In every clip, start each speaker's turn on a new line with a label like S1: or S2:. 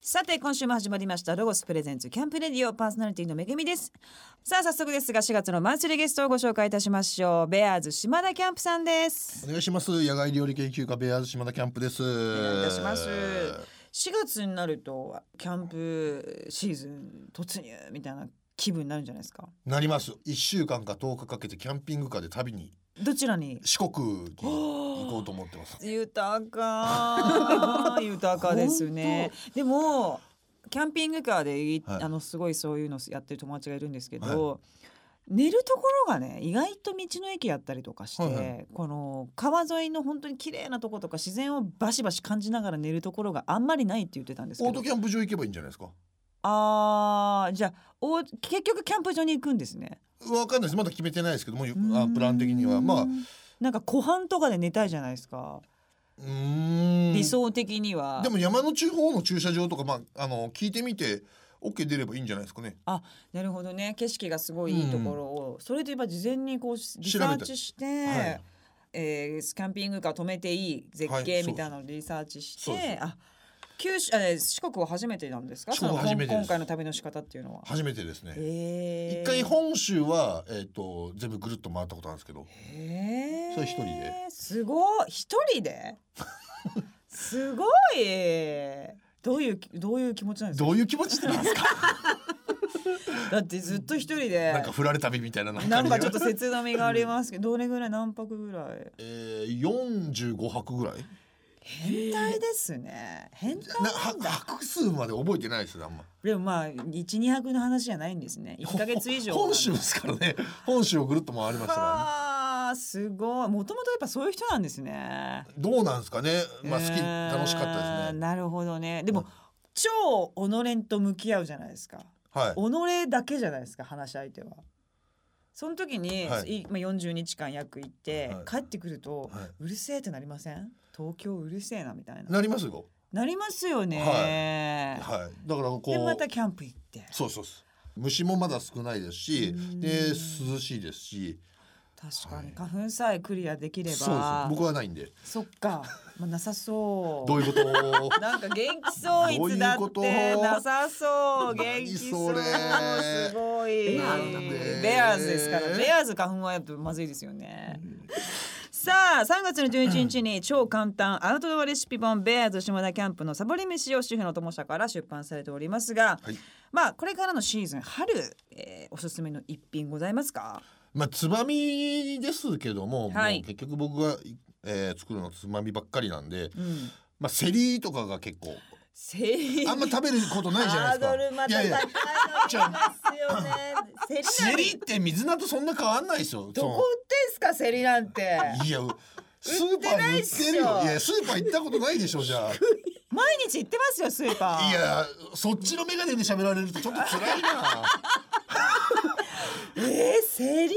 S1: さて今週も始まりましたロゴスプレゼンツキャンプレディオパーソナリティのめぐみですさあ早速ですが4月のマンスリーゲストをご紹介いたしましょうベアーズ島田キャンプさんです
S2: お願いします野外料理研究家ベアーズ島田キャンプです
S1: お
S2: お
S1: 願いいたします4月になるとキャンプシーズン突入みたいな気分になるんじゃないですか
S2: なります一週間か10日かけてキャンピングカーで旅に
S1: どちらに
S2: 四国に行こうと思ってます
S1: 豊 か豊かですねでもキャンピングカーでい、
S2: はい
S1: あのすごいそういうのやってる友達がいるんですけど、寝るところがね意外と道の駅やったりとかして、
S2: はいは
S1: この川沿いの本当に綺麗なとことか自然をバシバシ感じながら寝るところがあんまりないって言ってたんですけ
S2: オート
S1: ど
S2: キャンプ場行けばいいんじゃないですか
S1: あーじゃあお結局キャンプ場に行くんですね。
S2: わかんないですまだ決めてないですけども
S1: うー
S2: あ
S1: ん
S2: プラン的にはまあう
S1: なんか湖畔とかで寝たいじゃないですか、
S2: ーん
S1: 理想的には
S2: でも山の地方の駐車場とかまああの聞いてみて OK 出ればいいんじゃないですかね
S1: なるほどね景色がすごいいいところを、それで言えば事前にこうリサーチして、
S2: はい
S1: えーキャンピングカー止めていい絶
S2: は
S1: 景
S2: い
S1: みたいなのをリサーチして、
S2: そうです
S1: あ九州えー四国は初めてなんですか
S2: 四国
S1: その
S2: 初めてです
S1: 今回の旅の仕方っていうのは。
S2: 初めてですね
S1: えー
S2: 一回本州はえっと全部ぐるっと回ったことあるんですけど
S1: へー
S2: それ一人です
S1: ごい一人ですごいどういうどういう気持ちなんですか
S2: どういう気持ちでなんで すか
S1: だってずっと一人で
S2: なんか振られ旅みたいななん
S1: なんかちょっ
S2: と
S1: と切なみがありますけどどれぐらい何泊ぐらい
S2: えー、45泊ぐらい
S1: 変態ですね変態
S2: なは泊数まで覚えてないですねあんま
S1: でもまあ12泊の話じゃないんですね1ヶ月以上
S2: 本 州ですからね本州をぐるっと回りましたか
S1: はあすごいもともとやっぱそういう人なんですね
S2: ら、ね、どうなんですかねまあ好き、
S1: えー
S2: 楽しかったですね
S1: なるほどねでも、
S2: うん
S1: 超己と向き合うじゃないですか
S2: はい
S1: 己だけじゃないですか話し相手はその時に、
S2: はい
S1: いまあ、40日間約行って、
S2: はい
S1: 帰ってくると、
S2: はいう
S1: るせえってなりません東京うるせえなみたいなな
S2: なりますよ
S1: りますよね、
S2: はいだからこ
S1: でまた
S2: う
S1: キャンプ行って
S2: そうそうそう虫もまだ少ないですし
S1: うん
S2: で涼しいですし
S1: 確かに
S2: はい
S1: 花粉さえクリアできれば、
S2: そうです僕はないんで
S1: そっか、まあ、なさそう
S2: どういうこと
S1: なんか元気そうい
S2: どういう
S1: つだっ
S2: こと
S1: てなさそう元
S2: 何
S1: 気そう
S2: それ
S1: すごい
S2: なんで
S1: ベアーズですからベアーズ花粉はやっぱまずいですよねさあ3月の11日に超簡単アウトドアレシピ本ベアーズ島田キャンプのサボり飯を主婦の友社から出版されておりますが、
S2: はい
S1: まあこれからのシーズン春、えーおすすめの一品ございますか
S2: まあつまみですけども,、
S1: はい
S2: もう結局僕が、えー作るのはつまみばっかりなんで、
S1: うん
S2: まあ、セリとかが結構
S1: セリ
S2: あんま食べることないじゃないですか。
S1: ハードルま
S2: い
S1: た
S2: やいや
S1: 高いのありますよね
S2: セリって水菜とそんな変わんないですよ。
S1: どこ売ってんすかセリなんて
S2: そのいや、スーパーに売ってるよ。
S1: 売
S2: い
S1: ってないっしょ
S2: や、スーパー行ったことないでしょ、じゃ
S1: 毎日行ってますよスーパ
S2: あ。
S1: ー
S2: いや、そっちのメガネで喋られるとちょっと辛 いな。
S1: えー、セリ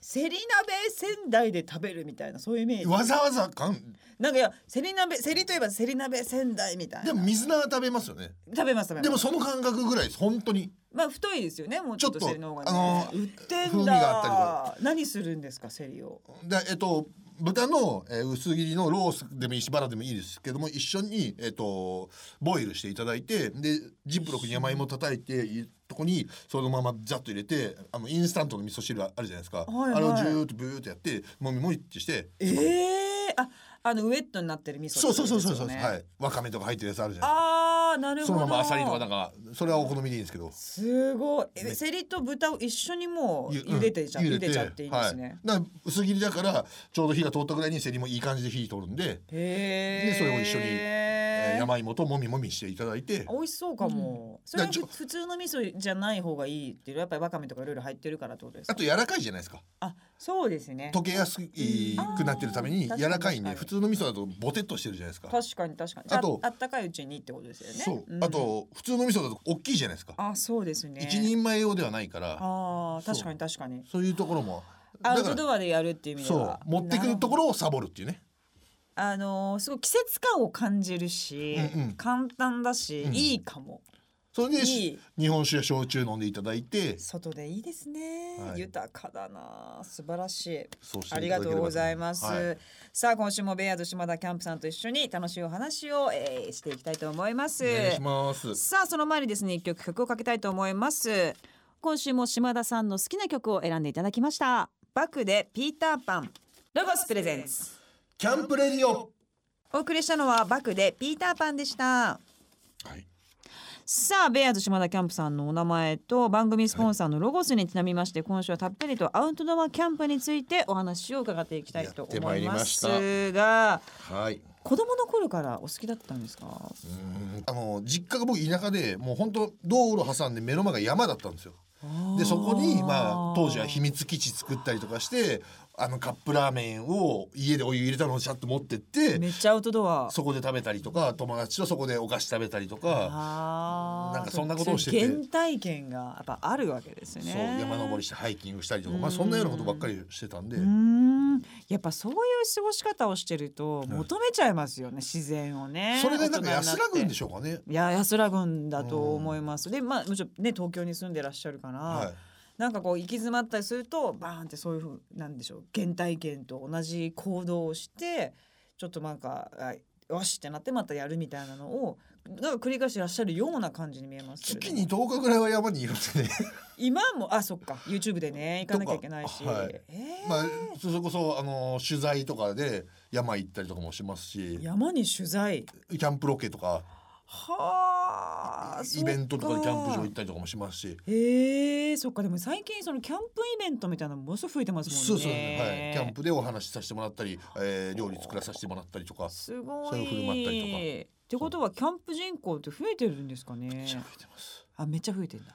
S1: セリ鍋仙台で食べるみたいなそういうイメージ
S2: わざわざかん、
S1: なんかいやセリ鍋セリといえばセリ鍋仙台みたいな
S2: でも水菜は食べますよね。
S1: 食べます食べます
S2: でもその感覚ぐらいです、本当に。
S1: まあ太いですよねもうちょっと
S2: ちょっ
S1: セ
S2: と
S1: リの方がね
S2: あの
S1: 売って
S2: 風
S1: ん
S2: 味があったり
S1: だ何するんですかセリを
S2: で、えっと、豚の、えー薄切りのロースでもいいし、バラでもいいですけども、一緒に、えっと、ボイルしていただいて、で、ジップロックに山芋叩いて、いとこにそのままザッと入れてあのインスタントの味噌汁あるじゃないですか、
S1: はいはい
S2: あれをジューッとブーッとやってもみもみってして
S1: ええー、ああのウエットになってる味噌
S2: そうそうそうそうそう、
S1: ですよね
S2: はいわかめとか入ってるやつあるじゃない
S1: あーなる
S2: です
S1: ほ
S2: か
S1: ど
S2: そのままあさりとかなんかそれはお好みでいいんですけど
S1: すごいえ
S2: ね
S1: セリと豚を一緒にもう
S2: ゆうん
S1: 茹でてちゃ、
S2: 茹
S1: 茹でちゃっていいんですね、
S2: はい、だから薄切りだからちょうど火が通ったぐらいにセリもいい感じで火通るんで、
S1: へえ
S2: でそれを一緒にえー山芋ともみもみしていただいて
S1: 美味しそうかも、それは
S2: だからち
S1: ふ
S2: ょ
S1: 普通の味噌じゃない方がいいっていうやっぱりわかめとかいろいろ入ってるからってことです
S2: あ
S1: か
S2: と柔らかいじゃないですか
S1: あそうですね
S2: 溶けやすくなってるために
S1: うんあー
S2: 柔らかいんで
S1: 確
S2: 普
S1: か
S2: 通の味噌だとボテッとしてるじゃないですか
S1: 確かに確かにじゃあ
S2: あと
S1: あったかいうちにってことですよね
S2: そう、
S1: ん
S2: あと普通の味噌だと大きいじゃないですか
S1: あそうですね
S2: 一人前用ではないから
S1: あー確かに確かに
S2: そういうところも
S1: ア
S2: だ
S1: ウ
S2: か
S1: ト
S2: ら
S1: ドアでやるっていう意味で
S2: そ
S1: は
S2: う持ってくるところをサボるっていうね
S1: あのーすごい季節感を感じるし、
S2: うんうん
S1: 簡単だし、
S2: うん
S1: いいかも
S2: それで
S1: い
S2: し
S1: い
S2: 日本酒や焼酎飲んでいただいて
S1: 外でいいですね、
S2: はい
S1: 豊かだな素晴らしい
S2: そうして
S1: ありが
S2: ただけ
S1: と
S2: れば
S1: う
S2: と
S1: ございます、
S2: はい
S1: さあ今週もベアーズ島田キャンプさんと一緒に楽しいお話を、えーしていきたいと思います
S2: お願いします
S1: さあその前にですね一曲曲をかけたいと思います今週も島田さんの好きな曲を選んでいただきましたバクでピーターパンロゴスプレゼンス
S2: キャンプレディオ
S1: お送りしたのはバクでピーターパンでした
S2: はい
S1: さあベアーズ島田キャンプさんのお名前と番組スポンサーのロゴスにちなみまして、今週はたっぷりとアウトドアキャンプについてお話を伺っていきたいと思います
S2: やってま
S1: が
S2: はい
S1: 子供の頃からお好きだったんですか
S2: うんあの実家が僕田舎でもう本当道路挟んで目の前が山だったんですよでそこにまあ当時は秘密基地作ったりとかしてあのカップラーメンを家でお湯入れたのをちゃんと持ってって
S1: めっちゃアウトドア
S2: そこで食べたりとか友達とそこでお菓子食べたりとか
S1: あー
S2: なんかそんなことをしてて
S1: そう原体験がやっぱあるわけですよ
S2: そ
S1: ね
S2: う山登りしてハイキングしたりとかまあそんなようなことばっかりしてたんで
S1: うーんやっぱそういう過ごし方をしてると求めちゃいますよね、自然をね
S2: それでな
S1: 大
S2: んか
S1: 人になっ
S2: 安
S1: て
S2: らぐんでしょうかね。
S1: いや安らぐんだと思います、でまあもちろんね東京に住んでらっしゃるから、
S2: はい
S1: なんかこう行き詰まったりするとバーンってそういうふうなんでしょう原体験と同じ行動をしてちょっとなんかあよしってなってまたやるみたいなのをなんか繰り返してらっしゃるような感じに見えますけれど
S2: 月
S1: も
S2: に10日ぐらいは山にいるんでね
S1: 今もあそっか YouTube でね行かなきゃいけないし、
S2: とかはい
S1: えー
S2: まあそれこそあの取材とかで山行ったりとかもしますし
S1: 山に取材
S2: キャンプロケとか
S1: はあ
S2: イベントとかでキャンプ場
S1: 行
S2: 行っ
S1: った
S2: りとかもしますし
S1: えー、そっかでも最近そのキャンプイベントみたいなのものすごい増えてますもんね
S2: そうそう、はい、キャンプでお話しさせてもらったり、えー、料理作らさせてもらったりとか
S1: すご
S2: それ
S1: い
S2: を振る舞ったりとか
S1: ってことはキャンプ人口って増えてるんですかね
S2: めっちゃ増えてます
S1: あめっちゃ増えてんだ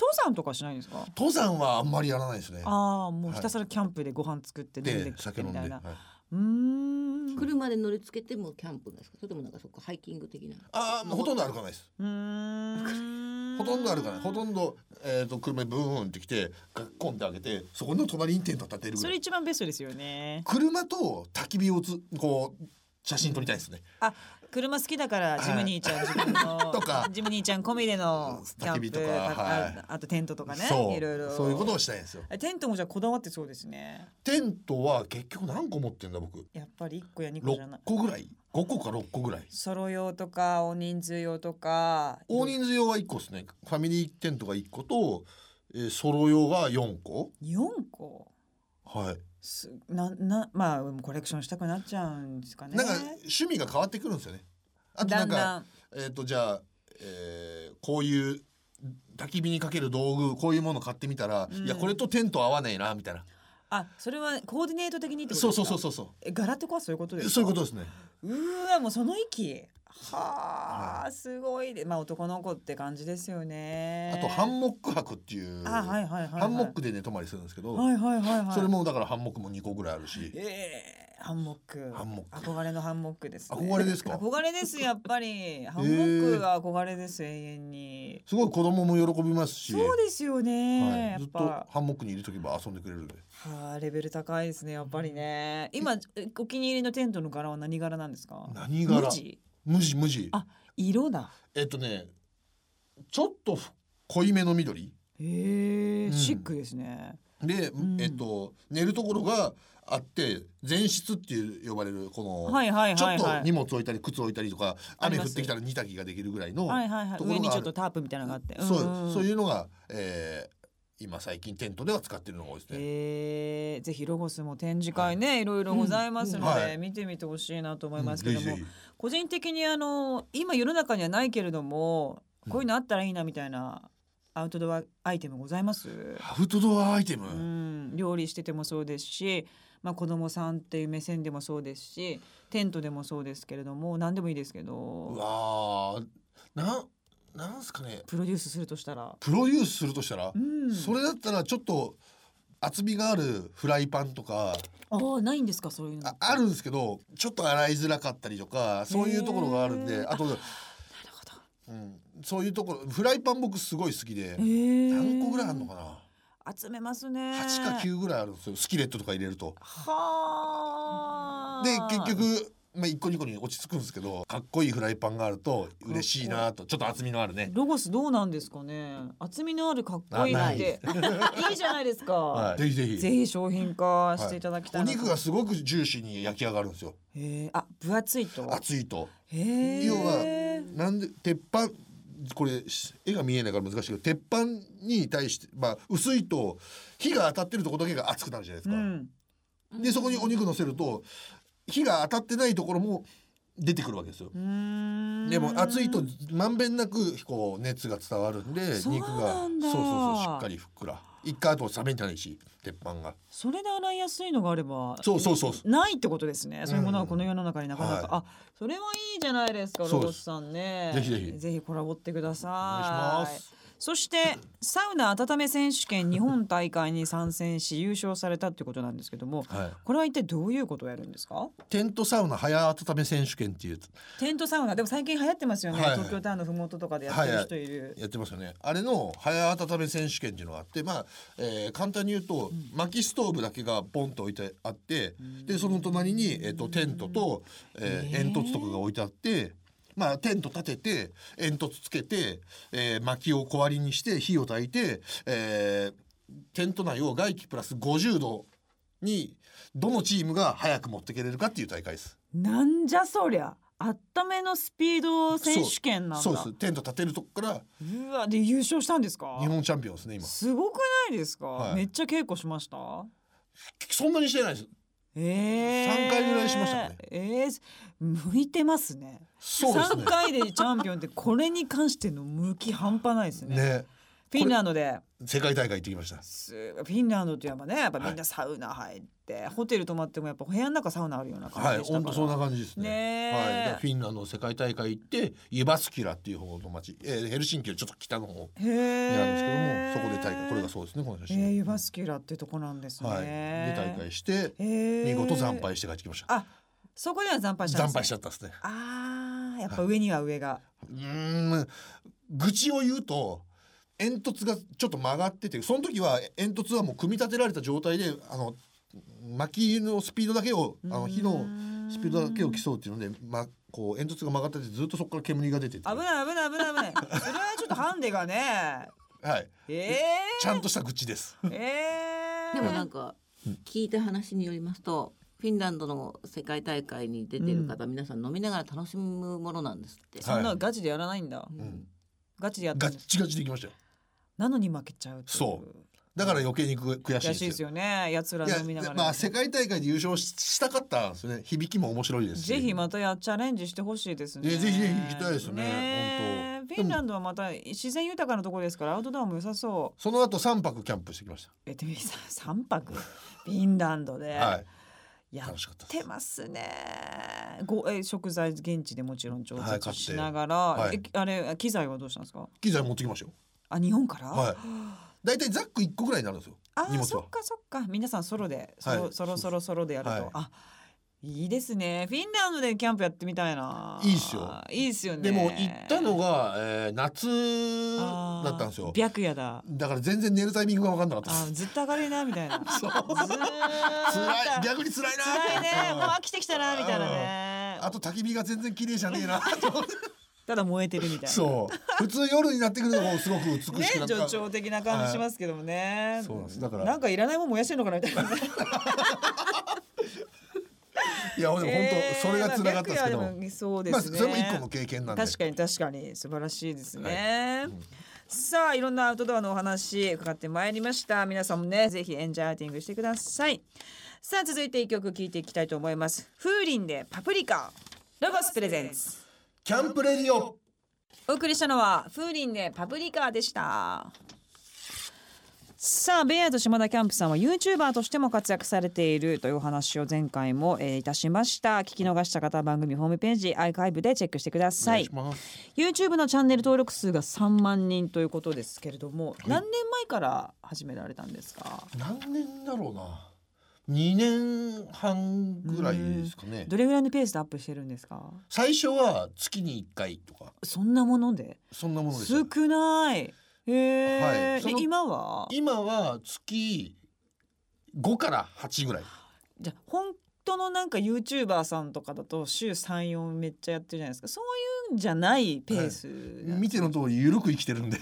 S1: 登山とかしないんですか
S2: 登山はあんまりやらないですね
S1: ああもうひたすらキャンプでご飯作って飲んで
S2: で
S1: き
S2: 酒
S1: て
S2: 飲
S1: み
S2: んで、
S1: た
S2: はいい、
S1: な
S2: あ
S1: うーん
S3: 車で乗りつけてもキャンプなんですかそれともなんかそこハイキング的な
S2: あーもうほとんど歩かないです
S1: うーん
S2: ほとんど歩かないほとんど、えー、と車でブーンって来てガッコンって開けてそこの隣にテント立てるぐ
S1: そ
S2: ら
S1: れ
S2: い
S1: 一番ベストですよね
S2: 車と焚き火をつこう写真撮りたいですね
S1: あ車好きだからジムニーちゃん自分の
S2: とか
S1: ジムニーちゃん込みでのキャン
S2: 焚き
S1: プ
S2: 火とか
S1: あ
S2: はい
S1: ああとテントとかね
S2: そう
S1: いろいろ
S2: そういうことをしたいんですよ
S1: えテントもじゃあこだわってそうですね
S2: テントは結局何個持ってんだ僕
S1: やっぱり一個や二個じゃ
S2: 6
S1: ない
S2: 個ぐらい5個か6個ぐらい
S1: ソロ用とか大人数用とか
S2: 大人数用は1個ですねファミリーテントが1個と、えー、ソロ用が4個
S1: 4個
S2: はい、
S1: すななまあコレクションしたくなっちゃうんですかね
S2: なんか趣味が変わってくるんですよねあとな
S1: だ
S2: ん
S1: ん
S2: か
S1: だん
S2: えっ、とじゃあ、えーこういう焚き火にかける道具こういうもの買ってみたら、
S1: うん
S2: いやこれとテント合わないなみたいな
S1: あそれはコーディネート的にってことで
S2: そう
S1: すか
S2: そうそうそうそ
S1: え柄とかはそういうことです
S2: う
S1: か
S2: そういうことですね
S1: うーわもうその域はあすごいでまあ男の子って感じですよね
S2: あとハンモック泊っていう、
S1: あはいはいはいはい
S2: ハンモックでね泊まりするんですけど、
S1: はいはいはいはい
S2: それもだからハンモックも2個ぐらいあるし、
S1: ええハンモック
S2: ハンモック
S1: 憧れのハンモックです、ね、
S2: 憧れですか
S1: 憧れですやっ ぱりハンモックが憧れです、永遠に
S2: すごい子供も喜びますし
S1: そうですよね、
S2: は
S1: や
S2: い、ず
S1: っ
S2: っと
S1: ぱ
S2: ハンモックにいる時は遊んでくれるんで
S1: はあレベル高いですねやっぱりね今えお気に入りのテントの柄は何柄なんですか
S2: 何柄
S1: 無地
S2: 無地無地
S1: あ色だ
S2: えっとねちょっと濃いめの緑
S1: へえ、
S2: うん
S1: シックですね
S2: で、
S1: ん
S2: えっと寝るところがあって前室っていう呼ばれるこの、
S1: はいはいはいはい
S2: ちょっと荷物置いたり靴置いたりとか
S1: あり
S2: 雨
S1: ま
S2: 降
S1: す
S2: ってきたら煮炊きができるぐらいの、
S1: はいはいはい
S2: ところ
S1: 上
S2: が
S1: にちょっとタープみたいなのがあって
S2: そうそう
S1: う
S2: いうのが、えー今最近テントでは使ってるのが多いですね。
S1: えー、ぜひロゴスも展示会ね、い、ろいろございますので、
S2: うんはい
S1: 見てみてほしいなと思い
S2: うん
S1: ますけども、
S2: ぜひぜひ
S1: 個人的にあの今世の中にはないけれどもこういうのあったらいいなみたいなアウトドアアイテムございます、
S2: アウトドアアイテム、
S1: うん、料理しててもそうですし、まあ、子供さんっていう目線でもそうですしテントでもそうですけれども何でもいいですけ
S2: う
S1: ど
S2: わーなんなんすかね
S1: プロデュースするとしたら、
S2: プロデュースするとしたら、
S1: うん、
S2: それだったらちょっと厚みがあるフライパンとか
S1: ああないんですかそういうの
S2: ああるんですけどちょっと洗いづらかったりとかそういうところがあるん
S1: へ
S2: で
S1: ー
S2: あと
S1: なるほど
S2: うん、そういうところフライパン僕すごい好きで、何
S1: 何
S2: 個ぐらいあるのかな
S1: 集めますね
S2: 8か9ぐらいあるんですよスキレットとか入れると。
S1: はあ
S2: で結局まあ、一個二個に落ち着くんですけどかっこいいフライパンがあると嬉しいなとちょっと厚みのあるね
S1: ロゴスどうなんですかね。厚みのあるかっこいい
S2: あ
S1: って いいじゃないですか。
S2: ぜひぜひ
S1: ぜひ商品化していただきたい
S2: お
S1: なと。
S2: 肉がすごくジューシーに焼き上がるんですよ
S1: へえあ分厚いと。
S2: 熱いと
S1: へえ。
S2: 要はなんで鉄板これ絵が見えないから難しいけど鉄板に対して、まあ、薄いと火が当たってるとこだけが熱くなるじゃないです
S1: う
S2: か、
S1: ん。
S2: でそこにお肉乗せると火が当たってないところも出てくるわけですよ
S1: うーん
S2: でも熱いとまんべんなくこう熱が伝わるんで
S1: そう
S2: 肉が
S1: なんだ
S2: そうそうそうしっかりふっくら一回あと冷めてないし鉄板が
S1: それで洗いやすいのがあれば
S2: そうそうそうそ
S1: ないってことですね、そういうものはこの世の中になかなか、
S2: はい
S1: あそれはいいじゃないですか
S2: そ
S1: ロ
S2: うです
S1: ゴスさんね
S2: ぜひぜひ
S1: ぜひコラボってください
S2: お願いします
S1: そしてサウナ温め選手権日本大会に参戦し優勝されたってことなんですけども
S2: はい
S1: これは一体どういうことをやるんですか
S2: テントサウナ早温め選手権っていう
S1: テントサウナでも最近流行ってますよね、
S2: はいはい
S1: 東京タワーのふもととかでやってる人いる、
S2: やってますよねあれの早温め選手権っていうのがあってまあ、えー簡単に言うと、薪ストーブだけがポンと置いてあってでその隣に、えー、とテントと、えー煙突とかが置いてあって。まあ、テント立てて煙突つけて、えー薪を小割りにして火を焚いて、えーテント内を外気プラス50度にどのチームが早く持ってけれるかっていう大会です。
S1: なんじゃそりゃあっためのスピード選手権なんだ
S2: そうですテント立てるとこから
S1: うわで優勝したんですか
S2: 日本チャンピオンですね今
S1: すごくないですか、
S2: はい
S1: めっちゃ稽古しました
S2: そんなにしてないです
S1: ええ
S2: 三回ぐらいしましたね
S1: ええ向いてますね
S2: そうです
S1: 三
S2: ね。
S1: 回でチャンピオンってこれに関しての向き半端ないですね
S2: ね、
S1: フィンランドで
S2: 世界大会行ってきました。
S1: すフィンランドってやっぱねやっぱみんなサウナ入って、ホテル泊まってもやっぱ部屋の中サウナあるような
S2: は
S1: 感
S2: い、
S1: じでした
S2: 本
S1: か
S2: 当
S1: ら、
S2: そんな感じですね。
S1: ね
S2: はい
S1: え、
S2: だからフィンランドの世界大会行って、ユバスキラっていう方の町、えーヘルシンキよりちょっと北の方
S1: へえ
S2: にあるんですけども、そこで大会、これがそうですね、この写
S1: え
S2: 真。
S1: ー、ユバスキュラってとこなんですね。
S2: はい、で大会して、
S1: えー
S2: 見事惨敗して帰ってきました。
S1: あ、そこでは惨敗したん
S2: 惨
S1: です、ね。
S2: 敗しちゃったですね。
S1: ああ、やっぱ上には上が。
S2: うーん、愚痴を言うと。煙突がちょっと曲がっててその時は煙突はもう組み立てられた状態であの薪のスピードだけをあの火のスピードだけを競うっていうので、ま、こう煙突が曲がっててずっとそこから煙が出てて、
S1: 危
S2: は
S1: ない危ない危ない危ない。 それはちょっとハンデがね。
S2: い、
S1: え
S2: ちゃんとした愚痴です。
S1: えー。ええ
S3: でもなんか聞いた話によりますとフィンランドの世界大会に出てる方、皆さん飲みながら楽しむものなんですって、
S1: そんなのガチでやらないんだ。
S2: うん、
S1: ガチでやった
S2: ガ
S1: ん
S2: ッ
S1: です。
S2: チガチでいきましたよ。
S1: なのに負けちゃうっていう。
S2: そだから余計にく悔し
S1: 悔
S2: いで
S1: しい
S2: す
S1: です
S2: よ。
S1: よね。奴ら飲み
S2: い
S1: なが
S2: や、
S1: ら。
S2: まあ世界大会で優勝ししたかったんですよね。響きも面白いですし。
S1: ぜひまたやチャレンジしてほしいですね。
S2: ねぜひぜひ行きたいですね
S1: ね
S2: 本当
S1: フィンランドはまた自然豊かなところですからアウトドアも良さそう。
S2: その後三泊キャンプしてきまし
S1: えでもさ三 泊フィンランドで
S2: た。はい、
S1: や
S2: 楽しかっ
S1: った
S2: です
S1: てますね。ごえ食材現地でもちろん調
S2: はい買
S1: 達
S2: って
S1: しながら、
S2: はい
S1: えあれ機材はどうしたんですか。
S2: 機材持ってきましたよ。
S1: あ日本から。
S2: はい。だいたいザック一個ぐらいになるんですよ。
S1: あ
S2: 荷
S1: ー
S2: 物
S1: そ
S2: は
S1: っ。かそっか皆さんソロでソロ、
S2: はい
S1: ソロソロソロでやると、
S2: はい
S1: あいいですねフィンランドでキャンプやってみたいない
S2: いっすよ
S1: いいっすよね
S2: でも行ったのが、えー、夏
S1: あー
S2: だったんですよ。
S1: 白夜だ
S2: だから全然寝るタイミングが分かんなかったで
S1: あ
S2: す。
S1: ずっと上がれなみたいな
S2: そ
S1: ずー
S2: う
S1: っと
S2: 辛い逆に辛いなーって
S1: 辛いねもう飽きてきたなみたいなね
S2: あと焚き火が全然綺麗じゃね えなと思って
S1: ただ燃えてるみたいな
S2: そう普通夜になってくるのがすごく美しく
S1: ね
S2: なった、
S1: 女調的な感じしますけどもね、
S2: そうなんですだから
S1: なんかいらないもん燃やしてんのかなみたいなね
S2: いやでも本当、
S1: えー
S2: それが辛かったですけど、
S1: まあ白夜でもそうですね、
S2: それも一個の経験なんで
S1: 確かに確かに素晴らしいですね、さあいろんなアウトドアのお話伺ってまいりました皆さんもねぜひエンジョイアウティングしてくださいさあ続いて一曲聴いていきたいと思います風鈴でパプリカロゴスプレゼンツ
S2: キャンプレディオ
S1: お送りしたのは風鈴でパプリカでしたさあベアード島田キャンプさんは YouTuber としても活躍されているというお話を前回も、えーいたしました聞き逃した方は番組ホームページアーカイブでチェックしてくだ
S2: お
S1: さ
S2: 願
S1: い
S2: いします、
S1: YouTube のチャンネル登録数が3万人ということですけれども、何年前から始められたんですか
S2: 何年だろうな2年半ぐらいですかね
S1: どれぐらいのペースでアップしてるんですか
S2: 最初は月に1回とか
S1: そんなもので
S2: そんなものでした
S1: 少ないへえ、
S2: はいその
S1: で今は
S2: 今は月5から8ぐらい
S1: じゃあ本当事のなんかユーチューバーさんとかだと週34めっちゃやってるじゃないですかそういうんじゃないペースなんで
S2: 見
S1: す、
S2: ての通りゆるく生きてるんで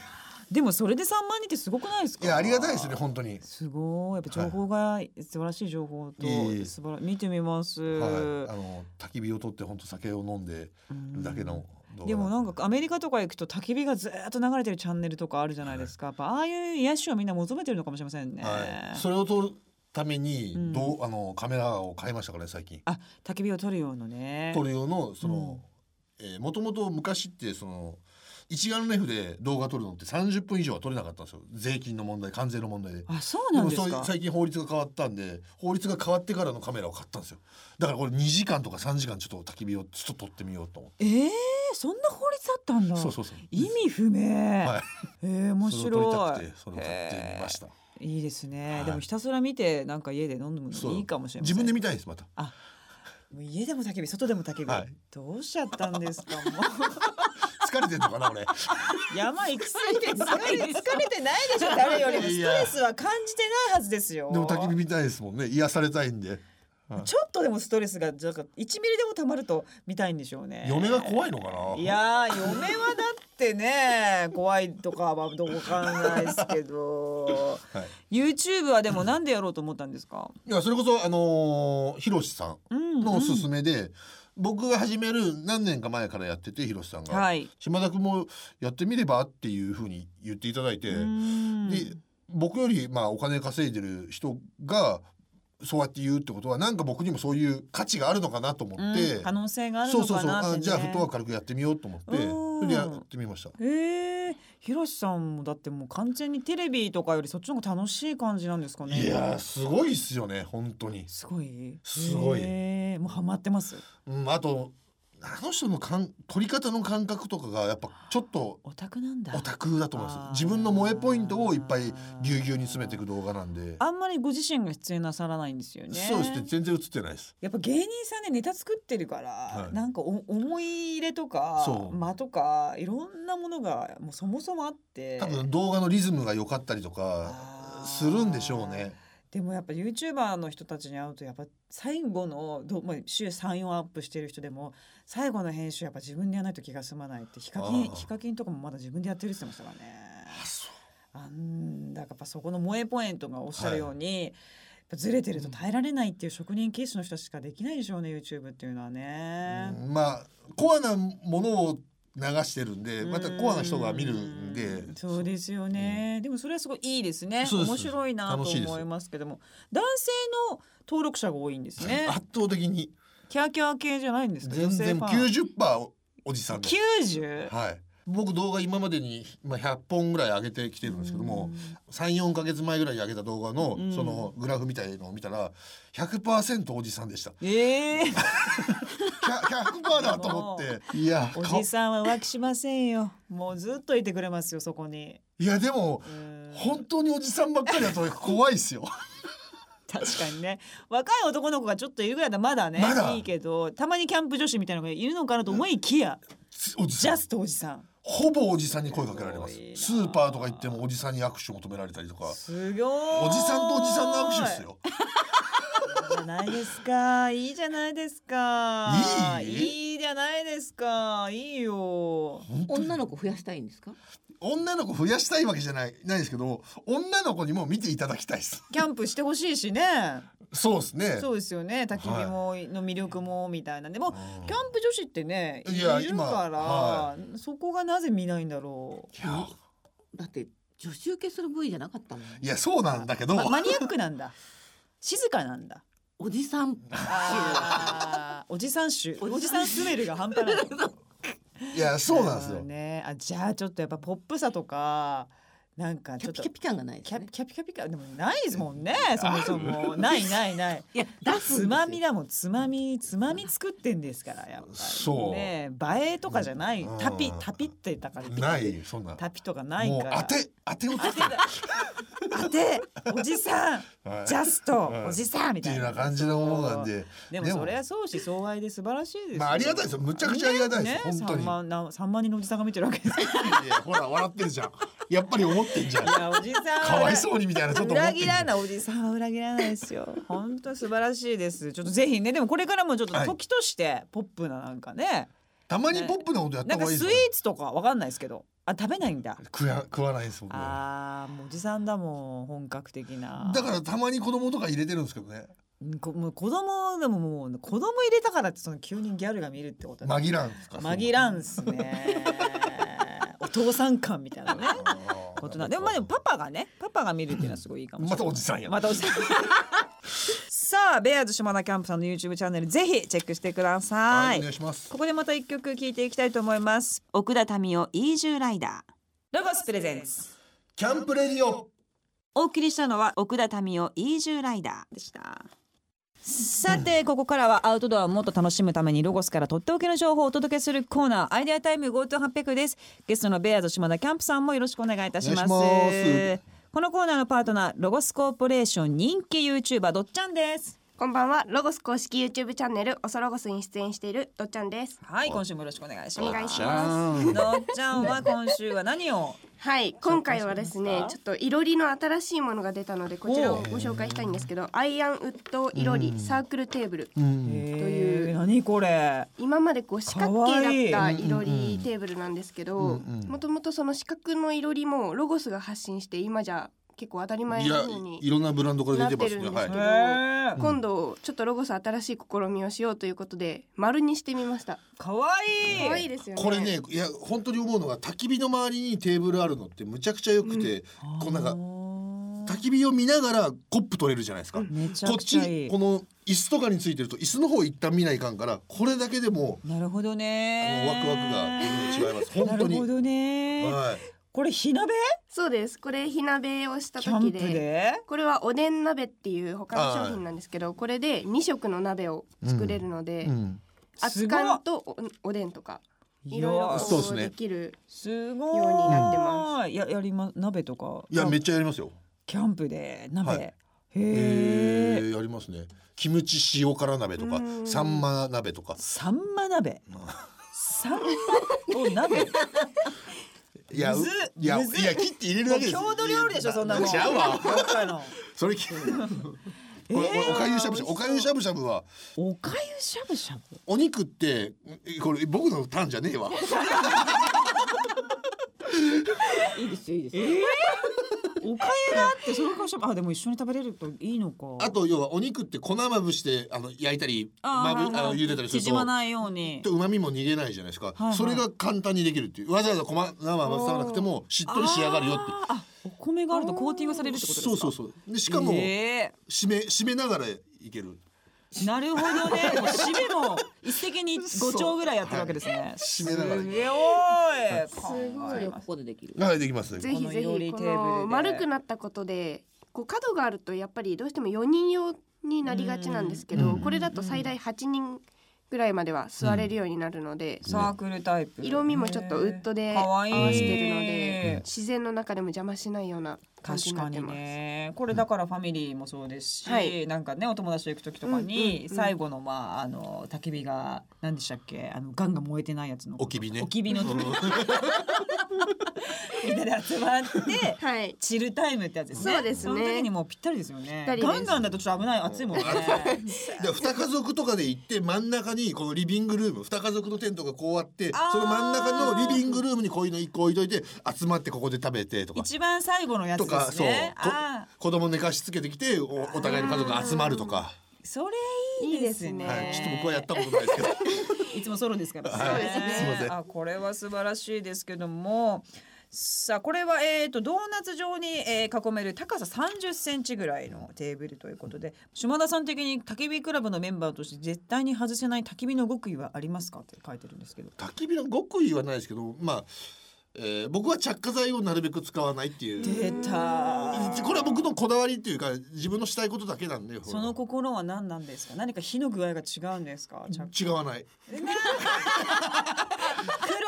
S1: でもそれで3万人ってすごくないですか
S2: いやありがたいですね本当に
S1: すごいやっぱ情報が素晴らしい情報と
S2: いえいえ
S1: 素晴ら見てみます、
S2: はいあの焚き火を取って本当酒を飲んでるだけの動画
S1: でもなんかアメリカとか行くと焚き火がずーっと流れてるチャンネルとかあるじゃないですか、やっぱああいう癒しをみんな求めてるのかもしれませんね、
S2: はい、それを撮るために
S1: うん
S2: どう、あのカメラを買いましたからね最近
S1: あ焚き火を撮るようなね
S2: 撮る用のその、えーもともと昔ってその一眼レフで動画撮るのって30分以上は撮れなかったんですよ税金の問題関税の問題で。
S1: あそう
S2: で
S1: なん
S2: も
S1: です
S2: そうい
S1: か
S2: う最近法律が変わったんで法律が変わってからのカメラを買ったんですよだからこれ2時間とか3時間ちょっと焚き火をちょっと撮ってみようと思って
S1: えー、そんな法律あったんだ
S2: そうそうそう
S1: 意味不明、
S2: はい
S1: えー、面
S2: それを撮
S1: 白
S2: りたく
S1: い
S2: てそれを買ってみました
S1: えーいいですね、
S2: はい
S1: でもひたすら見てなんか家で飲むの
S2: そう
S1: もいいかもしれませ
S2: 自
S1: ん
S2: 分で見たいですまた
S1: もう家でも焚き火外でも焚き火、
S2: はい
S1: どうしちゃったんですかも
S2: 疲れてんの かな俺
S1: う山行き過ぎて
S3: 疲れてない
S1: 疲れてないでしょ誰よりも
S2: い
S1: ス
S2: や
S1: トレスは感じてないはずですよ
S2: でも焚き火見たいですもんね癒されたいんで、はい
S1: ちょっとでもストレスがなんか1ミリでもたまると見たいんでしょうね
S2: 嫁が怖いのかない
S1: やー嫁はだってね 怖いとかはどうかわかんないですけど
S2: はい
S1: YouTube はでもなんでやろうと思ったんですか、
S2: いやそれこそあのー、ひろしさ
S1: うん
S2: んのおすすめで、僕が始める何年か前からやっててひろしさんが、
S1: はい
S2: 島田君もやってみればっていうふうに言っていただいて、
S1: うん
S2: で僕よりまあお金稼いでる人がそうやって言うってことはなんか僕にもそういう価値があるのかなと思
S1: うん
S2: って、
S1: 可能性がある
S2: そ
S1: の
S2: うそう
S1: か
S2: そう
S1: なって、ね、
S2: あじゃあフットワーク軽くやってみようと思って
S1: うん
S2: それでやってみました。
S1: ええー、ひろしさんもだってもう完全にテレビとかよりそっちの方が楽しい感じなんですかね
S2: いやーすごいっすよね本当に、
S1: すごい
S2: すごい
S1: えーもうハマってます
S2: うん、あとあの人のかん取り方の感覚とかがやっぱちょっと
S1: オタクなんだ
S2: オタクだと思い
S1: あー
S2: ます自分の萌えポイントをいっぱいぎゅうぎゅうに詰めていく動画なんで、
S1: あんまりご自身が出演なさらないんですよね
S2: そうですね全然映ってないです
S1: やっぱ芸人さんでネタ作ってるから、
S2: はい
S1: なんかお思い入れとか
S2: そう
S1: 間とかいろんなものがもうそもそもあって
S2: 多分動画のリズムが良かったりと
S1: あ
S2: か
S1: ー
S2: するんでしょうね
S1: でもやっぱ YouTuber の人たちに会うとやっぱ最後のど、まあ、週34アップしてる人でも最後の編集やっぱ自分でやらないと気が済まないってヒカキン
S2: あー
S1: ヒカキンとかもまだ自分でやってるって言ってましたからね。
S2: そう
S1: あんだからやっぱそこの萌えポイントがおっしゃるように、やっぱずれてると耐えられないっていう職人気質の人しかできないでしょうね YouTube っていうのはね。
S2: うんまあコアなものを流してるんでまたコアな人が見るんで
S1: うんそうですよね、でもそれはすごいいいですね
S2: そうです
S1: 面白いなと
S2: 楽しいです
S1: 思いますけども男性の登録者が多いんですね
S2: 圧倒的に
S1: キャーキャー系じゃないんですか
S2: 全然
S1: 女性ファン
S2: 90%おおじさんで
S1: 90
S2: はい僕動画今までにまあ100本ぐらい上げてきてるんですけども、34か月前ぐらいに上げた動画の
S1: うん
S2: そのグラフみたいのを見たら100%おじさんでした
S1: うんええ
S2: 100%パーだと思っていや
S1: お
S2: 顔
S1: じさんは浮気しませんよもうずっといてくれますよそこに
S2: いやでも
S1: うん
S2: 本当におじさんばっかりだと怖いっ すよ
S1: 確かにね若い男の子がちょっといるぐらいだまだね
S2: まだ
S1: いいけどたまにキャンプ女子みたいなのがいるのかなと思いき や、
S2: おじ
S1: ジ
S2: さ
S1: ャ
S2: ん
S1: ストおじさん
S2: ほぼおじさんに声かけられます
S1: すごいな
S2: スーパーとか行ってもおじさんに握手求められたりとか
S1: すごい
S2: おじさんとおじさんの握手ですよ
S1: いいじゃないですかいいじゃないですか
S2: いい
S1: いじゃないですかいいよ
S3: 女の子増やしたいんですか。
S2: 女の子増やしたいわけじゃないないですけど女の子にも見ていただきたいです
S1: キャンプしてほしいしね
S2: そうですね
S1: そうですよね焚き火もの魅力もみたいなでも
S2: うん
S1: キャンプ女子ってねい
S2: い
S1: る
S2: や今
S1: から、
S2: は
S1: そこがなぜ見ないんだろ
S2: いや
S3: だって女子受けする部位じゃなかったもん。
S2: いやそうなんだけ
S1: う、
S2: ど、
S1: まマニアックなんだ静かなんだ
S3: おじさん。
S1: あーおじさん臭お
S3: お
S1: じ
S3: じ
S1: さ
S3: さ
S1: ん
S3: ん
S1: スメルが半端ない
S2: いやそうなんですよ、
S1: ねあじゃあちょっとやっぱポップさとかなんか
S3: キ
S1: ちょ
S3: ャ
S1: っと
S3: ピキャピ感がないです
S1: キャ
S3: よね
S1: ピ。キャピキャピかでもないですもんねそもそもないないない
S3: いや出すんですよ
S1: つまみだもんつまみつまみ作ってんですからやっぱり
S2: そう
S1: ね映えとかじゃない
S2: うん
S1: タピタピってたから
S2: ないそんな
S1: タピとかない
S2: もう
S1: から
S2: 当て当て をつけて
S1: 当ておじさん
S2: はい
S1: ジャスト
S2: はい
S1: おじさんみ
S2: って
S1: た
S2: い
S1: いう
S2: よう
S1: な
S2: な感じのものなんで
S1: でもそれは相思相愛で素晴らしいですよ
S2: まあありがたいですよむちゃくちゃありがたいです
S1: ね
S2: 本当に
S1: 3万な3万人のおじさんが見てるわけです
S2: いやほら笑ってるじゃんやっぱり思ってんじゃん
S1: い やおじさんは
S2: かわいそうにみたいなちょっと思っ
S1: 裏
S2: てん
S1: 切
S2: じゃ
S1: ら
S2: ん
S1: ないおじさんは裏切らないですよ。本当素晴らしいです。ちょっとぜひねでもこれからもちょっと
S2: はい
S1: 時としてポップななんかね、
S2: たまにポップなことやっ
S1: な
S2: た
S1: んか
S2: 方がいい
S1: ス
S2: で
S1: イ
S2: す
S1: ー
S2: よ
S1: ツとかわかんないですけど、あ食べないんだ。
S2: 食や食わないです僕は
S1: ああもうおじさんだもん本格的な。
S2: だからたまに子供とか入れてるんですけどね
S1: うんこもう子供でももう子供入れたからってその急にギャルが見るってことだ
S2: 紛らんですか
S1: 紛らんっすね。お父さん感みたいなね。ことだでもまあでもパパがねパパが見るっていうのはすごいいいかもしれ
S2: ま
S1: な
S2: た
S1: い
S2: おじさんや
S1: またおじさんさあベアーズ島田キャンプさんの YouTube チャンネルぜひチェックしてくださ、
S2: はいいお願いします
S1: ここでまた一曲聴いていきたいと思います奥田民生イージューライダーロゴスプレゼンツ
S2: キャンプレディオ
S1: お送りしたのは奥田民生イージューライダーでしたさてここからはアウトドアをもっと楽しむためにロゴスからとっておきの情報をお届けするコーナーアイデアタイム GoTo800 ですゲストのベアーズ島田キャンプさんもよろしくお願いいたします
S2: お願いし
S1: このコーナーのパートナーロゴスコーポレーション人気 YouTuber どっちゃんです
S4: こんばんはロゴス公式 YouTube チャンネルおそロゴスに出演しているどっちゃんです
S1: はい今週もよろしくお願いします
S4: お願いし
S1: す
S4: ま
S1: どっちゃんは今週は何を
S4: すはい今回はです
S1: 紹
S4: ね
S1: 介します
S4: ちょっといろりの新しいものが出たのでこちらをご紹介したいんですけどアイアンウッドいろりサークルテーブル
S2: うん
S4: いう
S1: えー何これ
S4: 今までこう四角形だったいろりテーブルなんですけど
S2: うんうん
S4: もともとその四角のいろりもロゴスが発信して今じゃ結構当たり前
S2: い
S4: の
S2: や
S4: ように
S2: いろんなブランドから出てますね
S4: なってるんです
S2: は
S4: け
S1: へー
S2: い
S4: ど今度ちょっとロゴス新しい試みをしようということで丸にしてみました
S1: かわいい
S4: 可愛いですよね
S2: これねいや本当に思うのが焚き火の周りにテーブルあるのってむちゃくちゃ良くて、こうなんか焚き火を見ながらコップ取れるじゃないですか、
S1: めちゃ
S2: こっ
S1: くちゃい
S2: ち
S1: い
S2: この椅子とかについてると椅子の方一旦見ないかんからこれだけでも
S1: なるほど
S2: あ
S1: ね
S2: のワクワクが全然違います
S1: な
S2: 本当
S1: る
S2: に
S1: ほどね、
S2: はい
S1: これ火鍋
S4: そうですこれ火鍋をした
S1: キャン
S4: 時
S1: プ
S4: で
S1: で
S4: これはおでん鍋っていう他の商品なんですけどこれで2色の鍋を作れるので、
S2: うん
S4: 熱燗とおおでんとかいろいろ
S1: や
S2: そうっ
S4: こ
S2: す
S4: う
S2: ね
S4: できる
S1: すごい
S4: ようになってます
S1: ややりま鍋とか
S2: いやめっちゃやりますよ
S1: キャンプで鍋、
S2: はい
S1: へ
S2: え
S1: え
S2: ー、やりますねキムチ塩辛鍋とか
S4: うん
S2: サンマ鍋とか
S1: サンマ鍋サンマ と鍋
S2: いや
S1: む
S2: う
S1: ず
S2: いや
S1: むず
S2: いや切って入れ
S1: も
S2: るだ
S1: う
S2: けです
S1: 郷土料理でしょそんなもん
S2: ちゃうわ
S1: どっかの
S2: それきこれこれおかゆしゃぶしゃぶおかゆしゃぶしゃぶは
S1: おかゆしゃぶしゃぶ
S2: お肉ってこれ僕のターンじゃねえわ
S3: いいですよいいですよ、
S1: おかゆだってそれかしゃぶあでも一緒に食べれるといいのか
S2: あと要はお肉って粉まぶしてあの焼いたりま
S1: あ
S2: ぶ
S1: ー
S2: あの茹でたりすると
S1: 縮まないように
S2: と旨味も逃げないじゃないですか、
S1: はい
S2: それが簡単にできるっていうわざわざ粉まぶさなくてもしっとり仕上がるよって
S1: あーあお米があるとコーティングされるってことですか
S2: そうそうそうでしかも締
S1: え
S2: め締めながらいける
S1: ーなるほどね もう締めも一石に五丁ぐらいやってるわけですね、
S2: 締めながら
S1: すげえおいす
S4: ごい
S3: それをここでできる
S2: はいできます
S4: ぜひぜ
S1: このより
S4: ひ
S1: テ
S4: こ
S1: ーブルで
S4: の丸くなったことでこう角があるとやっぱりどうしても4人用になりがちなんですけど
S2: うん
S4: これだと最大8人ぐらいまでは座れるようになるので、
S1: サークルタイプ
S4: 色味もちょっとウッドで
S1: かわいい
S4: 合わせてるので、
S1: うん
S4: 自然の中でも邪魔しないような感じ
S1: 確
S4: にな
S1: か
S4: って
S1: に
S4: ます。
S1: ねこれだからファミリーもそうですし、
S4: はい
S1: なんかねお友達と行く時とか
S4: うんうんう
S1: に
S4: ん
S1: 最後のまああの焚き火が何でしたっけあのガンガン燃えてないやつの
S2: おきびね
S1: おきびの時 みんなで集まって
S4: はい
S1: チルタイムってやつですね
S4: そうですね
S1: その時にもうぴったりですよね
S4: ぴったりです
S1: ガンガンだとちょっと危ない暑い もんね
S2: で二家族とかで行って真ん中にこのリビングルーム二家族のテントがこうあって
S1: あー
S2: その真ん中のリビングルームにこういうの一個置いといて集まってここで食べてとか
S1: 一番最後のやつ
S2: と
S1: で
S2: か
S1: すね
S2: そうこ
S1: あー
S2: 子供寝かしつけてきておお互いの家族が集まるとか、
S1: それいいですね
S4: いいですね
S2: はい、ちょっと僕はやったことないですけど
S1: いつもソロですからね。
S2: はい
S4: そうですねすい
S2: ません
S1: あ、これは素晴らしいですけども。さあこれは、えー、とドーナツ状に、えー囲める高さ3 0センチぐらいのテーブルということで島田さん的に焚き火クラブのメンバーとして絶対に外せない焚き火の極意はありますかって書いてるんですけど
S2: 焚き火の極意はないですけどまあ、えー僕は着火剤をなるべく使わないっていう
S1: 出た
S2: これは僕のこだわりっていうか自分のしたいことだけなんで
S1: その心は何なんですか何か火の具合が違うんですかちゃん
S2: 違わない
S1: 苦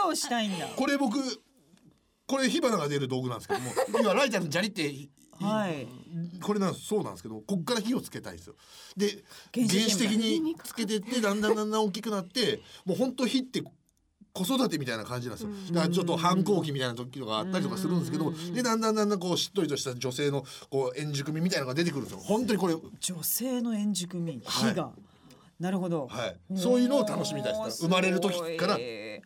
S1: 労したいん だ
S2: これ僕これ火花が出る道具なんですけども今ライターの砂利ってい
S1: はい
S2: これなんですそうなんですけどこっから火をつけたいんですよで
S1: 原
S2: 原
S1: 始
S2: 始
S1: 的
S2: 的につけてってだんだんだんだん大きくなってもう本当火って子育てみたいな感じなんですよ、
S4: うん
S2: だからちょっと反抗期みたいな時とかあったりとかするんですけども、
S1: うん
S2: でだんだんだんだんこうしっとりとした女性のこう円熟味みたいなのが出てくるんですよ本当にこれ
S1: 女性の円熟味
S2: はい
S1: 火が、なるほど、
S2: はいそういうのを楽しみたいです生まれる時から
S1: すごい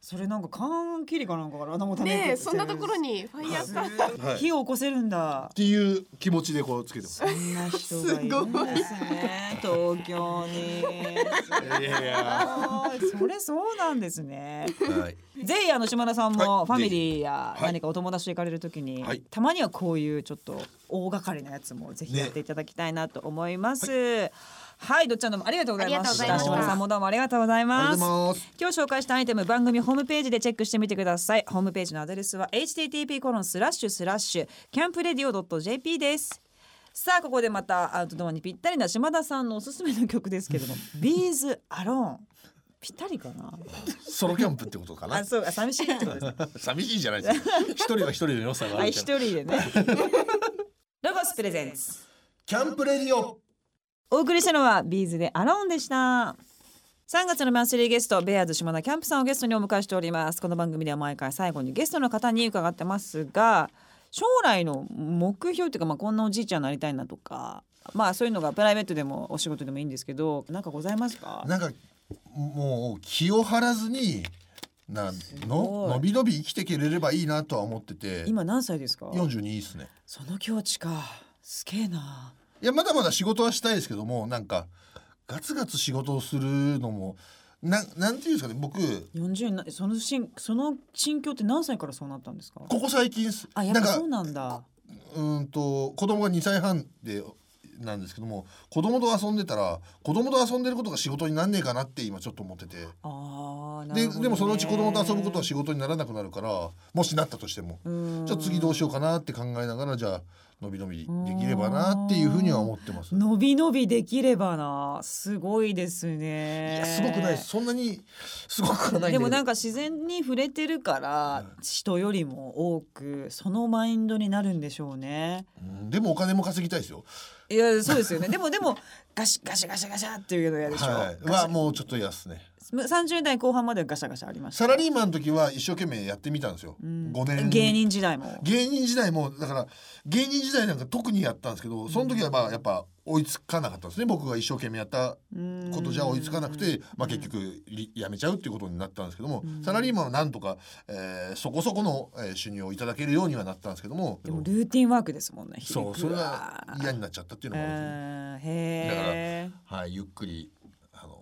S1: それなんか缶切りかなんかから頭をため息
S4: ね
S1: を
S4: え
S1: つけ
S4: そ
S1: て
S4: ん
S1: る
S4: なところにファイヤースターター
S2: はい
S1: 火を起こせるんだ
S2: っていう気持ちでこうつけてます
S1: そ。んな人がいるんですね東京に
S2: いやいや。
S1: それそうなんです ね
S2: はい。
S1: ぜひあの島田さんも
S2: はい
S1: ファミリーや
S2: ぜひ
S1: 何かお友達と行かれるときに、
S2: はい
S1: たまにはこういうちょっと大掛かりなやつもぜひ
S2: ね
S1: やっていただきたいなと思います。はい、どっちゃんどうもありがとうございました。
S2: ありがとうご
S1: 島
S2: ざいました
S1: 田さんもどうもありがとうござい
S2: あ
S1: ま
S2: りがとう
S1: す。
S2: ございます。
S1: 今日紹介したアイテム番組ホームページでチェックしてみてください。ホームページのアドレスは http コロンスラッシュスラッシュキャンプレディオ .jp です。さあここでまたアウトドアにぴったりな島田さんのおすすめの曲ですけ ども、ビーズアローンぴったりか な。
S2: ソロキャンプってことかな
S1: あ。そうあ寂しいってことですね
S2: 寂しいじゃないですか。一人は一人の良さがあ
S1: はい、
S2: る
S1: 一
S2: から。
S1: 人で ね。ロゴスプレゼンツ。
S2: キャンプレディオ。
S1: お送りしたのはビーズでアローンでした。3月のマンスリーゲストベアーズ島田キャンプさんをゲストにお迎えしておりますこの番組では毎回最後にゲストの方に伺ってますが将来の目標というか、まあ、こんなおじいちゃんになりたいなとかまあそういうのがプライベートでもお仕事でもいいんですけどなんかございますか
S2: なんかもう気を張らずになん
S1: ご
S2: の
S1: い
S2: のびのび生きていけれればいいなとは思ってて。
S1: 今何歳ですか
S2: 四十二ですね。
S1: その境地かすげえない
S2: やまだまだ仕事はしたいですけどもなんかガツガツ仕事をするのもなんなんていうんですかね僕
S1: 40なその心その心境って何歳からそうなったんですか
S2: ここ最近です
S1: あやっぱそうなんだ
S2: うーんと子供が2歳半でなんですけども子供と遊んでたら子供と遊んでることが仕事になんねえかなって今ちょっと思ってて、
S1: ああ、なる
S2: で
S1: ほどね
S2: でもそのうち子供と遊ぶことは仕事にならなくなるからもしなったとしても
S1: うん
S2: じゃあ次どうしようかなって考えながらじゃあ伸び伸びできればなっていうふうには思ってます。
S1: 伸び伸びできればな、すごいですね。
S2: いやすごくないです。そんなにすごくはない
S1: でもなん
S2: か
S1: か自然に触れてるから人よりも多くそのマインドになるんでしょう ね。
S2: でもお金も稼ぎたいですよ。
S1: いやそうですよね。でもでもガシガシガシガシャっていうの嫌でしょ。
S2: はい、はもうちょっと安ね。
S1: 三十代後半まではガシャガシャありまし
S2: サラリーマンの時は一生懸命やってみたんですよ。5
S1: た。
S2: 年
S1: 芸人時代も。
S2: 芸人時代もだから芸人時代なんか特にやったんですけどその時はまあやっぱ追いつかなかったんですね僕が一生懸命やったことじゃ追いつかなくて、まあ、結局りやめちゃうっていうことになったんですけどもサラリーマンはなんとか、えーそこそこの、えー収入をいただけるようにはなったんですけども
S1: でもルーティンワークですもんね。
S2: そう
S1: 響
S2: そ
S1: く
S2: れ
S1: わ
S2: が嫌になっちゃったっていうのもあるんです
S1: う
S2: ね
S1: んへえ。
S2: はい、ゆっくりあの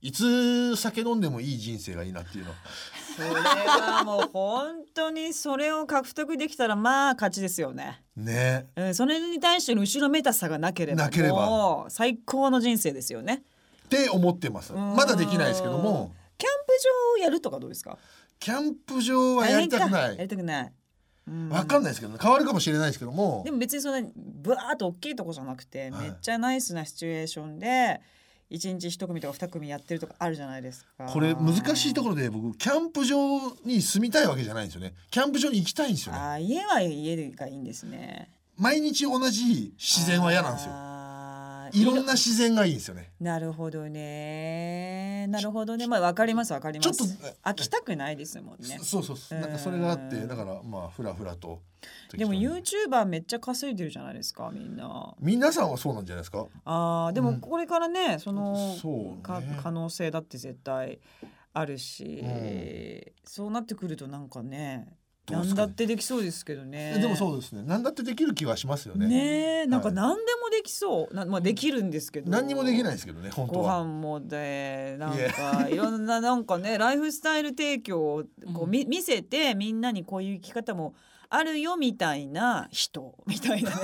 S2: いつ酒飲んでもいい人生がいいなっていうのは
S1: それはもう本当にそれを獲得できたらまあ勝ちですよね。
S2: ね
S1: うん、それに対しての後ろめたさがなければ
S2: なければ
S1: もう最高の人生ですよね。
S2: って思ってますまだできないですけども
S1: キャンプ場をやるとかどうですか。
S2: キャンプ場はやりたく
S1: あ
S2: な
S1: れかやり
S2: い
S1: たくない。うん
S2: わかんないですけどね変わるかもしれないですけども
S1: でも別にそんなにぶわーっと大きいとこじゃなくて、
S2: はい
S1: めっちゃナイスなシチュエーションで一日一組とか二組やってるとかあるじゃないですか。
S2: これ難しいと
S1: こ。
S2: ころで僕キャンプ場に住みたいわけじゃないんですよねキャンプ場に行きたいんですよね
S1: あー家は家がいいんですね。
S2: 毎日同じ自然は嫌なんですよ
S1: あー
S2: いろんな自然がいいんですよね
S1: なるほどね。なるほどね。まあわかりますわかります。
S2: ちょっと
S1: 飽きたくないですもんね
S2: そ。そうそうそうなんかそれがあってだからまあフラフラと
S1: でもユーチューバーめっちゃ稼いでるじゃないですかみんな。
S2: 皆さんはそうなんじゃないですか
S1: あーで
S2: う
S1: も
S2: ん
S1: これからね、その
S2: そうね
S1: か可能性だって絶対あるし、
S2: う
S1: そうなってくるとなんかね
S2: どうで
S1: 何
S2: す
S1: だ
S2: かね
S1: ってできそうですけどね。
S2: でもそうですね。何だってできる気はしますよね。
S1: ねえなんか
S2: はい
S1: 何でもできそう、なまあできるんですけど。
S2: 何にもできない
S1: い。
S2: ですけどね、本当
S1: ご
S2: は。
S1: 飯もでなんかいろんななんか ねライフスタイル提供をこう
S3: うん
S1: 見見せてみんなにこういう生き方もあるよみたいな人みたい なね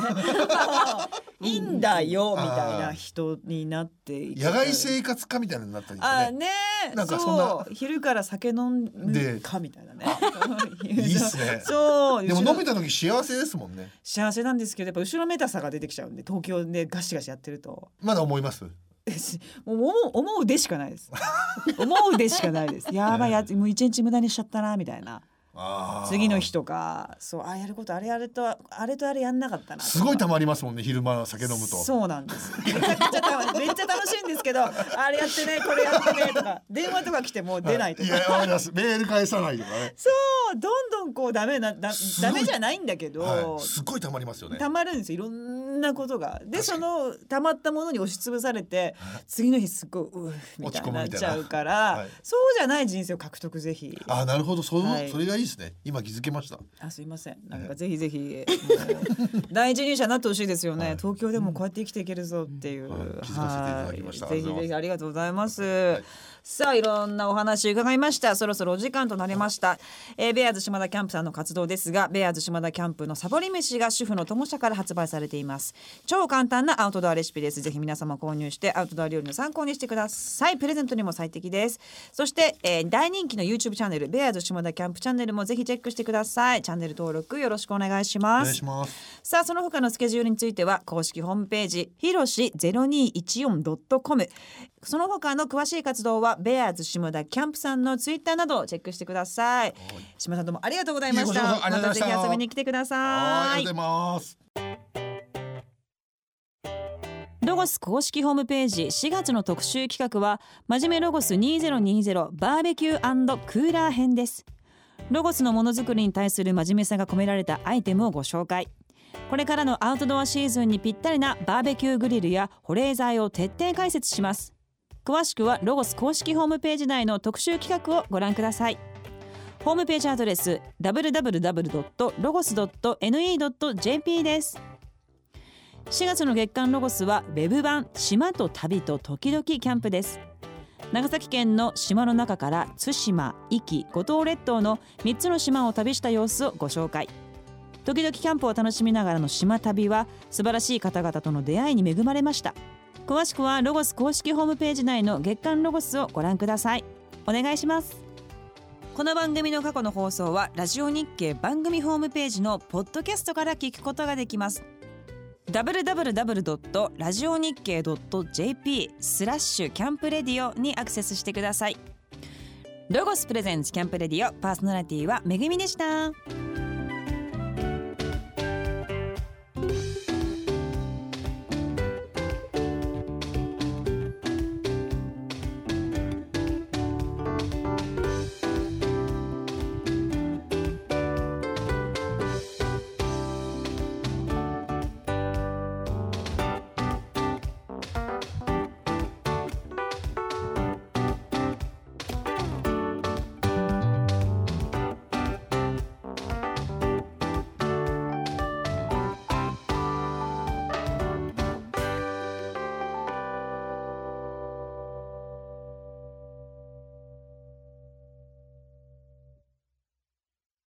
S1: いいんだよみたいな人になっていきた
S2: 野
S1: い
S2: 外生活家みたいになったりと
S1: あ
S2: かね。
S1: ねえ
S2: なんかそんな
S1: そう昼から酒飲む
S2: で
S1: かみた いなね
S2: いいっすね。
S1: そう
S2: でも飲め
S1: た
S2: た時幸せですもんね。
S1: 幸せなんですけどやっぱ後ろめたさが出てきちゃうんで東京でガシガシやってると。
S2: まだ思います。
S1: ですもう思う思 うでしかないです思うでしかないですやばいやつもう一日無駄にしちゃったなみたいな
S2: あー
S1: 次の日とかそうあやることあれやるとあれとあれやんなかったなとか
S2: すごい溜まりますもんね昼間酒飲むと
S1: そうなんですめちゃくちゃたまめっちゃ楽しいんですけどあれやってねこれやってねとか電話とか来ても出ないと
S2: い
S1: か、
S2: やわかりますメール返さないとかね
S1: そうどんどんこうダメなだ
S2: すご
S1: ダ
S2: い
S1: メじゃないんだけど、
S2: はいすっごい溜まりますよね
S1: たまるんですよいろんなことがでそのたまったものに押しつぶされて次の日すっごいううみたいになっちゃうから、
S2: 落ち込むみたいなはい
S1: そうじゃない人生を獲得ぜひ
S2: あーなるほどそう、
S1: はい
S2: それがいいですね今気づけました
S1: あすいませんなんかぜひぜひもう第一人者になってほしいですよね、東京でもこうやって生きていけるぞっていう、
S2: はい気づかせていただきました
S1: はいぜひぜひありがとうございます、
S2: い
S1: さあいろんなお話伺いましたそろそろお時間となりました、えーベアーズ島田キャンプさんの活動ですがベアーズ島田キャンプのサボり飯が主婦の友社から発売されています超簡単なアウトドアレシピですぜひ皆様購入してアウトドア料理の参考にしてくださいプレゼントにも最適ですそして、えー大人気の YouTube チャンネルベアーズ島田キャンプチャンネルもぜひチェックしてくださいチャンネル登録よろしくお願いし
S2: お
S1: ま
S2: 願い
S1: す
S2: します
S1: さあその他のスケジュールについては公式ホームページひろし 0214.com その他の詳しい活動はベアーズ下田キャンプさんのツイッターなどをチェックしてください島田さんどうもありがとうございまし
S2: いえこちらこ
S1: た
S2: そありがとうございました
S1: またぜひ遊びに来てくだ
S2: は
S1: さ
S2: いあ
S1: い
S2: りがとうございます
S1: ロゴス公式ホームページ4月の特集企画は「真面目ロゴス2020バーベキュークーラー編」ですロゴスのものづくりに対する真面目さが込められたアイテムをご紹介これからのアウトドアシーズンにぴったりなバーベキューグリルや保冷剤を徹底解説します詳しくはロゴス公式ホームページ内の特集企画をご覧くださいホームページアドレス www.logos.ne.jp です4月の月間ロゴスはウェブ版「島と旅と時々キャンプ」です長崎県の島の中から対馬壱岐五島列島の3つの島を旅した様子をご紹介時々キャンプを楽しみながらの島旅は素晴らしい方々との出会いに恵まれました詳しくはロゴス公式ホームページ内の月間ロゴスをご覧くださいお願いしますこの番組の過去の放送はラジオ日経番組ホームページのポッドキャストから聞くことができます www.radionickei.jp スラッシュキャンプレディオにアクセスしてくださいロゴスプレゼンツキャンプレディオパーソナリティはめぐみでした